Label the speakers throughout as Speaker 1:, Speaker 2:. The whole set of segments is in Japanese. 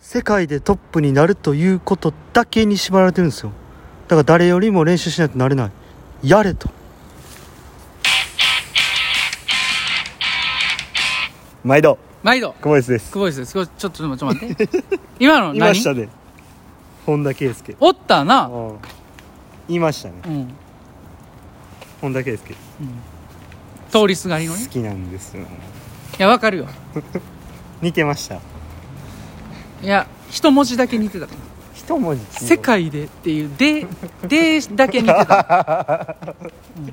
Speaker 1: 世界でトップになるということだけに縛られてるんですよだから誰よりも練習しないとなれないやれと毎度
Speaker 2: 毎度
Speaker 1: 久保井です
Speaker 2: 久保井です久保井ちょっとちょっと待って 今の
Speaker 1: いま
Speaker 2: 何
Speaker 1: したね本田圭佑
Speaker 2: おったな
Speaker 1: うんいましたね
Speaker 2: うん、うん
Speaker 1: 本田圭佑
Speaker 2: 通りすがりのね
Speaker 1: 好きなんですよ
Speaker 2: いやわかるよ
Speaker 1: 似てました
Speaker 2: いや一文字だけ似てた
Speaker 1: 一文字
Speaker 2: 世界でっていう「で」でだけ似てた、うん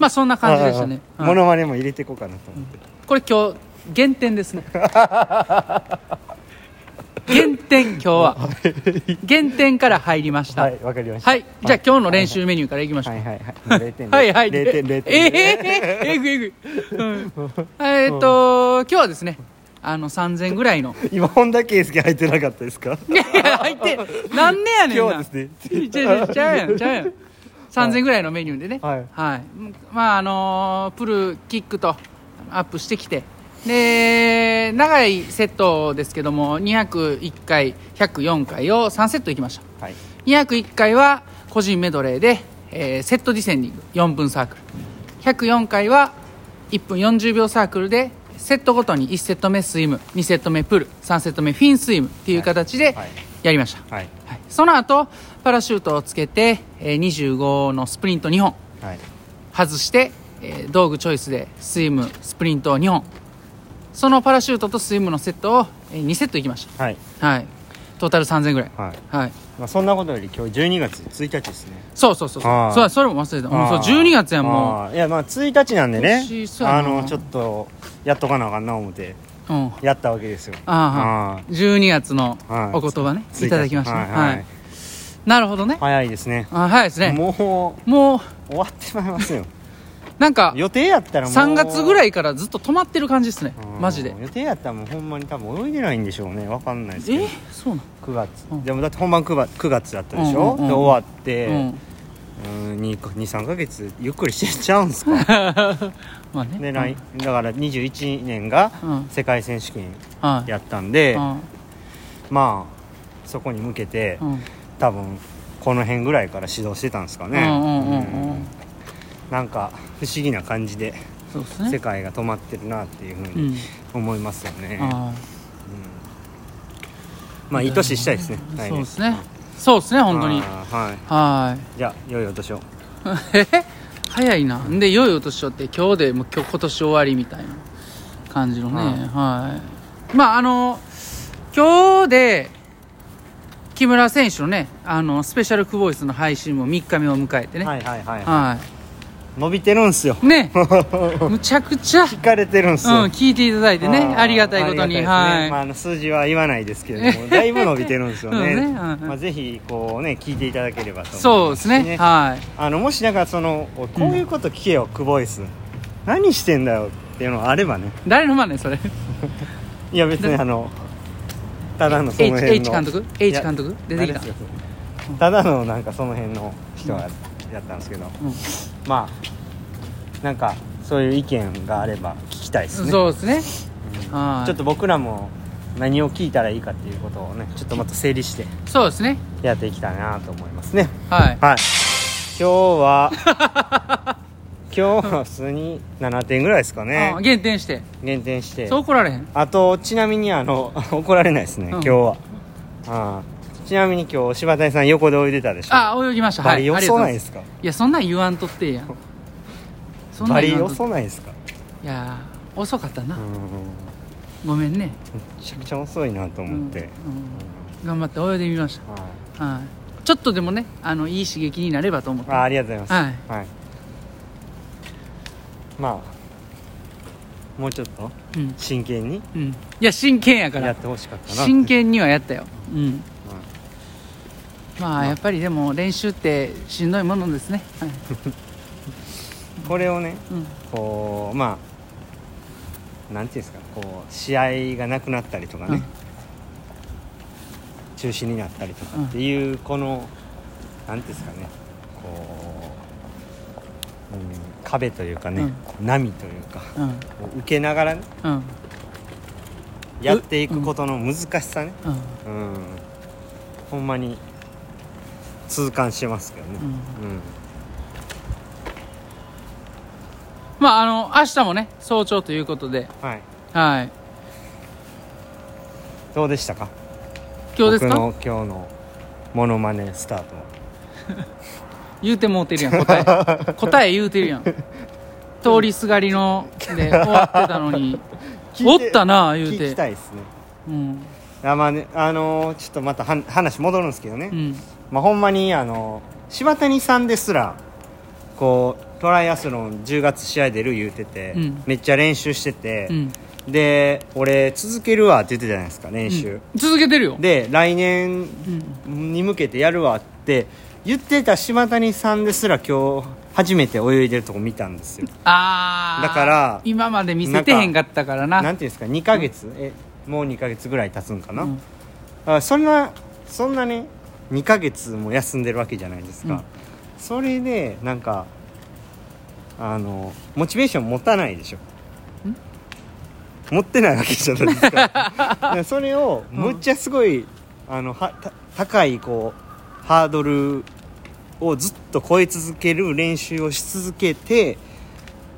Speaker 2: まあそんな感じでした ね、
Speaker 1: ああ
Speaker 2: うん
Speaker 1: モノマネも入れていこうかなと思って
Speaker 2: これ今日減点で すね減点今日は減点から入りました
Speaker 1: は
Speaker 2: はい、
Speaker 1: いわかりました
Speaker 2: はいじゃあ今日の練習メニューからいきましょう
Speaker 1: はいはいはい0点
Speaker 2: はいはい。
Speaker 1: 0点0点
Speaker 2: えええぐいえぐい。うんえーっと、今日はですね、あの、3000ぐらいの。
Speaker 1: 今本田圭佑入ってなかったですか
Speaker 2: いやいや、入って、なんでやねん
Speaker 1: 今
Speaker 2: な。
Speaker 1: 日はですね
Speaker 2: ちゃうちゃうやん、ちゃうやん。3000ぐらいのメニューでね。
Speaker 1: はい
Speaker 2: まあ、あのープル、キックとアップしてきて。で、長いセットですけども、201回、104回を3セットいきました。
Speaker 1: はい
Speaker 2: 201回は個人メドレーで、えーセットディセンディング4分サークル104回は1分40秒サークルでセットごとに1セット目スイム2セット目プル3セット目フィンスイムっていう形で
Speaker 1: はい
Speaker 2: やりました、
Speaker 1: はい
Speaker 2: はいその後パラシュートをつけて、えー25のスプリント2本
Speaker 1: はい
Speaker 2: 外して、えー道具チョイスでスイムスプリントを2本そのパラシュートとスイムのセットを、え2セットいきまし
Speaker 1: はい
Speaker 2: たはいトータル3000ぐらい
Speaker 1: はい
Speaker 2: はい
Speaker 1: まあそんなことより今日12月1日ですね
Speaker 2: そうそうそうそ
Speaker 1: あ
Speaker 2: う
Speaker 1: ー
Speaker 2: そうだそれも忘れてたもうそう
Speaker 1: あー
Speaker 2: 12月やんも
Speaker 1: あーいやまあ1日なんでね
Speaker 2: 今年そうやな
Speaker 1: あのちょっとやっとかなあかんな思って
Speaker 2: う、うん、
Speaker 1: やったわけですよ
Speaker 2: あ
Speaker 1: あ
Speaker 2: 12月の
Speaker 1: はい
Speaker 2: お言葉ね
Speaker 1: ー
Speaker 2: いただきました
Speaker 1: は
Speaker 2: ね
Speaker 1: いはい
Speaker 2: はいなるほどね
Speaker 1: 早いですね
Speaker 2: あはいですね
Speaker 1: もう終
Speaker 2: もう
Speaker 1: わってしまいます よ
Speaker 2: なんか
Speaker 1: 予定やったらもう
Speaker 2: 3月ぐら
Speaker 1: い
Speaker 2: いからずっと止まってる感じですねマジで
Speaker 1: 予定やったらもうほんまに多分泳いでないんでしょうねわかんないですけど
Speaker 2: えそうな
Speaker 1: 9月、
Speaker 2: うん
Speaker 1: でもだって本番 9, 月9月だったでし
Speaker 2: う
Speaker 1: ょ、
Speaker 2: んうんうん
Speaker 1: で終わって、
Speaker 2: のうん
Speaker 1: 23か月ゆっくりしてちゃうんすか
Speaker 2: まあね
Speaker 1: で
Speaker 2: うん
Speaker 1: 来だから21年が
Speaker 2: うん
Speaker 1: 世界選手権
Speaker 2: はい
Speaker 1: やったんで、
Speaker 2: うん
Speaker 1: まあそこに向けて、
Speaker 2: うん
Speaker 1: 多分この辺ぐらいから指導してたんですか
Speaker 2: う
Speaker 1: ね、
Speaker 2: んうんうん
Speaker 1: う
Speaker 2: う
Speaker 1: ん
Speaker 2: ん
Speaker 1: なんか不思議な感じで
Speaker 2: そうです
Speaker 1: 世
Speaker 2: ね
Speaker 1: 界が止まってるなっていうふう
Speaker 2: う
Speaker 1: に
Speaker 2: ん
Speaker 1: 思いますよね、
Speaker 2: あ
Speaker 1: まあいい年したいですね
Speaker 2: ー
Speaker 1: 来
Speaker 2: そ
Speaker 1: 年
Speaker 2: うですねそうですね本当に
Speaker 1: あーはい
Speaker 2: は
Speaker 1: じゃあ良いお年を
Speaker 2: ーい え早いなんで良いお年をって今日でもう今日今年終わりみたいな感じのね、
Speaker 1: うん
Speaker 2: はいまああの今日で木村選手のねあのスペシャルクボイスの配信も3日目を迎えてねは、
Speaker 1: はいいはいはい、伸びてるんすよ
Speaker 2: ね
Speaker 1: 疲
Speaker 2: むちゃくちゃ、うん、
Speaker 1: れてるんすよ、
Speaker 2: 聞いていただいてねありがたいことに、
Speaker 1: ありがたいです
Speaker 2: は
Speaker 1: ね
Speaker 2: い、
Speaker 1: まあ、あの数字は言わないですけ れどもだいぶ伸びてるんですよね
Speaker 2: うんねうん
Speaker 1: まあ、ぜひこうね聞いていただければと思います
Speaker 2: そうですねはい
Speaker 1: あのもしだからそのおいこういうこと聞けよ、クボイス何してんだよっていうのがあればね
Speaker 2: 誰のまねそれ
Speaker 1: いや別にあのただのその
Speaker 2: H,
Speaker 1: 辺
Speaker 2: H
Speaker 1: の
Speaker 2: 監督
Speaker 1: い
Speaker 2: H
Speaker 1: や
Speaker 2: 監督出てきた
Speaker 1: 誰ですかそれただのなんかその辺の人がやったんですけど、
Speaker 2: うん
Speaker 1: まあなんかそういう意見があれば聞きたいですね
Speaker 2: そうですね、はい
Speaker 1: ちょっと僕らも何を聞いたらいいかっていうことをねちょっとまた整理して
Speaker 2: そうですね
Speaker 1: やっていきたいなと思いますね
Speaker 2: はい
Speaker 1: はい今日は 今日は普通に7点ぐらいですかね
Speaker 2: うん減点して
Speaker 1: 減点して
Speaker 2: そう怒られへん
Speaker 1: あとちなみにあの 怒られないですね、
Speaker 2: ん
Speaker 1: 今日はあーちなみに今日柴谷さん横でおいでたでしょ
Speaker 2: あ泳ぎましたは
Speaker 1: バ
Speaker 2: い
Speaker 1: リ
Speaker 2: あり
Speaker 1: 遅
Speaker 2: がとうござ
Speaker 1: ない
Speaker 2: いま
Speaker 1: ですすか
Speaker 2: いやそんなん言わんとってやんそんな
Speaker 1: バ
Speaker 2: ん
Speaker 1: リ
Speaker 2: 言わんとっ
Speaker 1: 遅ないですか
Speaker 2: ていやー遅かったな、
Speaker 1: うん
Speaker 2: ごめんね、
Speaker 1: めちゃくちゃ遅いなと
Speaker 2: うん
Speaker 1: 思って、
Speaker 2: うん頑張って泳いでみまし
Speaker 1: はい
Speaker 2: た、はい、ちょっとでもねあのいい刺激になればと思って
Speaker 1: あーありがとうございます、はいまあもうちょっと
Speaker 2: うん
Speaker 1: 真剣に
Speaker 2: うん、いや真剣やか
Speaker 1: やっ
Speaker 2: ら
Speaker 1: てほしかったなって
Speaker 2: 真剣にはやったようんまあやっぱりでも練習ってしんどいものですね、 はい
Speaker 1: これをね
Speaker 2: うん、
Speaker 1: こうまあなんていうんですかこう試合がなくなったりとかね、
Speaker 2: うん
Speaker 1: 中止になったりとかっていう、このなんていうんですかねこう、うん、壁というかね、
Speaker 2: うん
Speaker 1: 波というか
Speaker 2: うん
Speaker 1: こう受けながらね
Speaker 2: うん
Speaker 1: やっていくことの難しさね
Speaker 2: うん
Speaker 1: うんほんまに痛感しますけどねうん
Speaker 2: まああの明日もね早朝ということで
Speaker 1: はい
Speaker 2: はい
Speaker 1: どうでしたか
Speaker 2: 今日です
Speaker 1: 僕
Speaker 2: か
Speaker 1: の今日のモノマネスタート
Speaker 2: 言うてもうてるやん答 え答え言うてるやん通りすがりので終わってたのにお
Speaker 1: 聞いて
Speaker 2: ったなあ言う
Speaker 1: 聞き
Speaker 2: て
Speaker 1: たいですね
Speaker 2: うん
Speaker 1: あまあねあのーちょっとまたは話戻るんですけどね、
Speaker 2: うん
Speaker 1: まあ、ほんまにあの柴谷さんですらこうトライアスロン10月試合出る言うてて、
Speaker 2: うん
Speaker 1: めっちゃ練習してて
Speaker 2: う、ん
Speaker 1: で俺続けるわって言ってたじゃないですか練
Speaker 2: う
Speaker 1: 習
Speaker 2: ん、続けてるよ
Speaker 1: で来年
Speaker 2: うん
Speaker 1: に向けてやるわって言ってた柴谷さんですら今日初めて泳いでるとこ見たんですよ
Speaker 2: ああ
Speaker 1: だから
Speaker 2: 今まで見せてへんかったからな
Speaker 1: なんていうんですか2ヶ月、えもう2ヶ月ぐらい経つんかな、
Speaker 2: うん
Speaker 1: あそんなそんなね2ヶ月も休んでるわけじゃないですか、
Speaker 2: うん
Speaker 1: それでなんかあのモチベーション持たないでしょ持ってないわけじゃないですかだ からそれをむっちゃすごい、あのはた高いこうハードルをずっと超え続ける練習をし続けて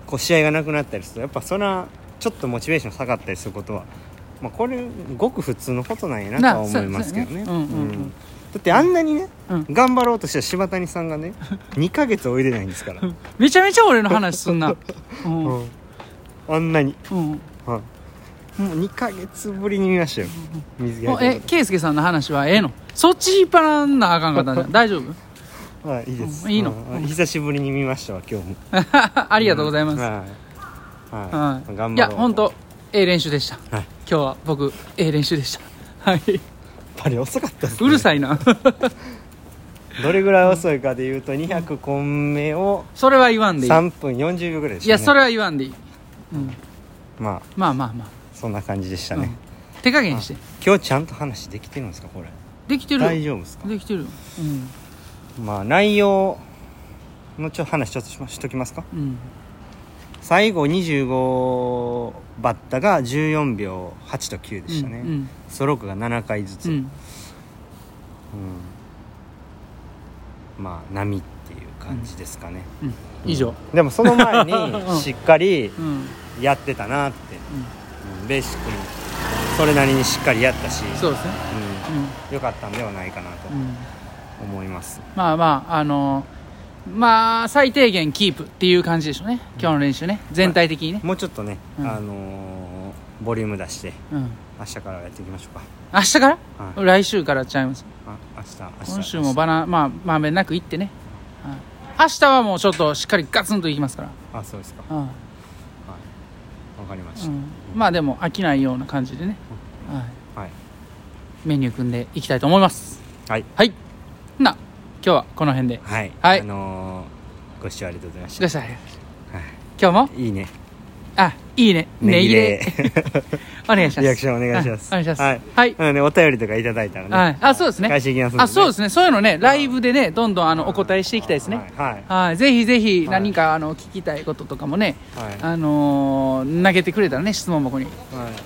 Speaker 1: こう試合がなくなったりするとやっぱそれはちょっとモチベーション下がったりすることは、まあ、これごく普通のことなんやな
Speaker 2: な
Speaker 1: とは思いますけどね。
Speaker 2: そうそうやねうんうんうん
Speaker 1: だってあんなにね、
Speaker 2: うん
Speaker 1: 頑張ろうとした柴谷さんが ね2ヶ月泳いでないんですから、
Speaker 2: めちゃめちゃ俺の話すんなうん
Speaker 1: うんあんなに、
Speaker 2: うん
Speaker 1: はい、もう2ヶ月ぶりに見ましたよ水着
Speaker 2: お
Speaker 1: 履い
Speaker 2: え
Speaker 1: て
Speaker 2: 圭介さんの話はええのそっち引っ張らんなあかんかったんじゃ ん大丈夫
Speaker 1: はいいいです、
Speaker 2: うんいいの
Speaker 1: うん
Speaker 2: うん
Speaker 1: 久しぶりに見ましたわ今日も
Speaker 2: あ
Speaker 1: あ
Speaker 2: りがとうございます、
Speaker 1: はい、は
Speaker 2: はい
Speaker 1: 頑
Speaker 2: い、
Speaker 1: 張ろう
Speaker 2: いや本当ええ練習でした、
Speaker 1: はい
Speaker 2: 今日は僕ええ練習でしたはい
Speaker 1: やっぱり遅かったです、ね、
Speaker 2: うるさいな
Speaker 1: どれぐらい遅いかでいうと200本目を
Speaker 2: それは言わんでいい
Speaker 1: 3分40秒ぐらいでし
Speaker 2: い
Speaker 1: た、ね、
Speaker 2: やそれは言わんでいい、うん、
Speaker 1: まあ
Speaker 2: まあまあまあ、
Speaker 1: そんな感じでした
Speaker 2: う
Speaker 1: ね、
Speaker 2: ん、手加減して
Speaker 1: 今日ちゃんと話できてるんですかこれ
Speaker 2: できてるよ
Speaker 1: 大丈夫ですか
Speaker 2: できてるようん
Speaker 1: まあ内容のちょ話ちょっとしましときますか
Speaker 2: うん
Speaker 1: 最後25バッタが14秒8と9でしたね、
Speaker 2: うん
Speaker 1: ストロークが7回ずつ、
Speaker 2: うん、うん
Speaker 1: うんまあ波っていう感じですかね、
Speaker 2: うん以上
Speaker 1: でもその前に
Speaker 2: うん
Speaker 1: しっかり
Speaker 2: うん
Speaker 1: やってたなって、うんベーシックにそれなりにしっかりやったし、
Speaker 2: そうですね
Speaker 1: う
Speaker 2: うん
Speaker 1: ん、よかったんではないかなと
Speaker 2: うん
Speaker 1: 思います、
Speaker 2: まあまああのまあ最低限キープっていう感じでしょうね今日の練習ね全体的にね、
Speaker 1: もうちょっとね、
Speaker 2: うん
Speaker 1: あのーボリューム出して
Speaker 2: うん、
Speaker 1: 明日からやっていきましょうか
Speaker 2: 明日から、
Speaker 1: は
Speaker 2: 来週からちゃいます
Speaker 1: あ明日明日
Speaker 2: 今週もバナまあまんべんなく行ってね、はい明日はもうちょっとしっかりガツンといきますから、
Speaker 1: あそうですか
Speaker 2: うん
Speaker 1: わかりまし
Speaker 2: う
Speaker 1: た、
Speaker 2: んまあでも飽きないような感じでね、は
Speaker 1: は
Speaker 2: い、
Speaker 1: い
Speaker 2: メニュー組んでいきたいと思います
Speaker 1: はい、
Speaker 2: はいほな今日はこの辺で
Speaker 1: はい
Speaker 2: はい
Speaker 1: あのーご視聴ありがとうございまし
Speaker 2: したかし今日も
Speaker 1: いいね
Speaker 2: あいいねねぎで お願いします
Speaker 1: リアクションお願いします
Speaker 2: あお願いします
Speaker 1: はい
Speaker 2: はい
Speaker 1: なのでお便りとかいただいたらね、
Speaker 2: はいあそうですね
Speaker 1: 返していきますん
Speaker 2: あそうですすねそういうのねライブでねどんどんあのお答えしていきたいですね、
Speaker 1: はいはい
Speaker 2: はい、ぜひぜひ
Speaker 1: い
Speaker 2: 何かあの聞きたいこととかもね、
Speaker 1: はい
Speaker 2: あのー投げてくれたらね質問箱に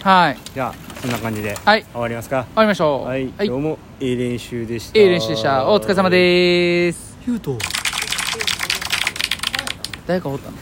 Speaker 1: はい
Speaker 2: はい終
Speaker 1: じゃあそんな感じで
Speaker 2: はい
Speaker 1: 終わりますか
Speaker 2: わりましょう
Speaker 1: はい、
Speaker 2: はい、
Speaker 1: どうもいい練習でした
Speaker 2: いい練習でしたお疲れ様でーす
Speaker 3: ヒュート
Speaker 2: 誰かおったの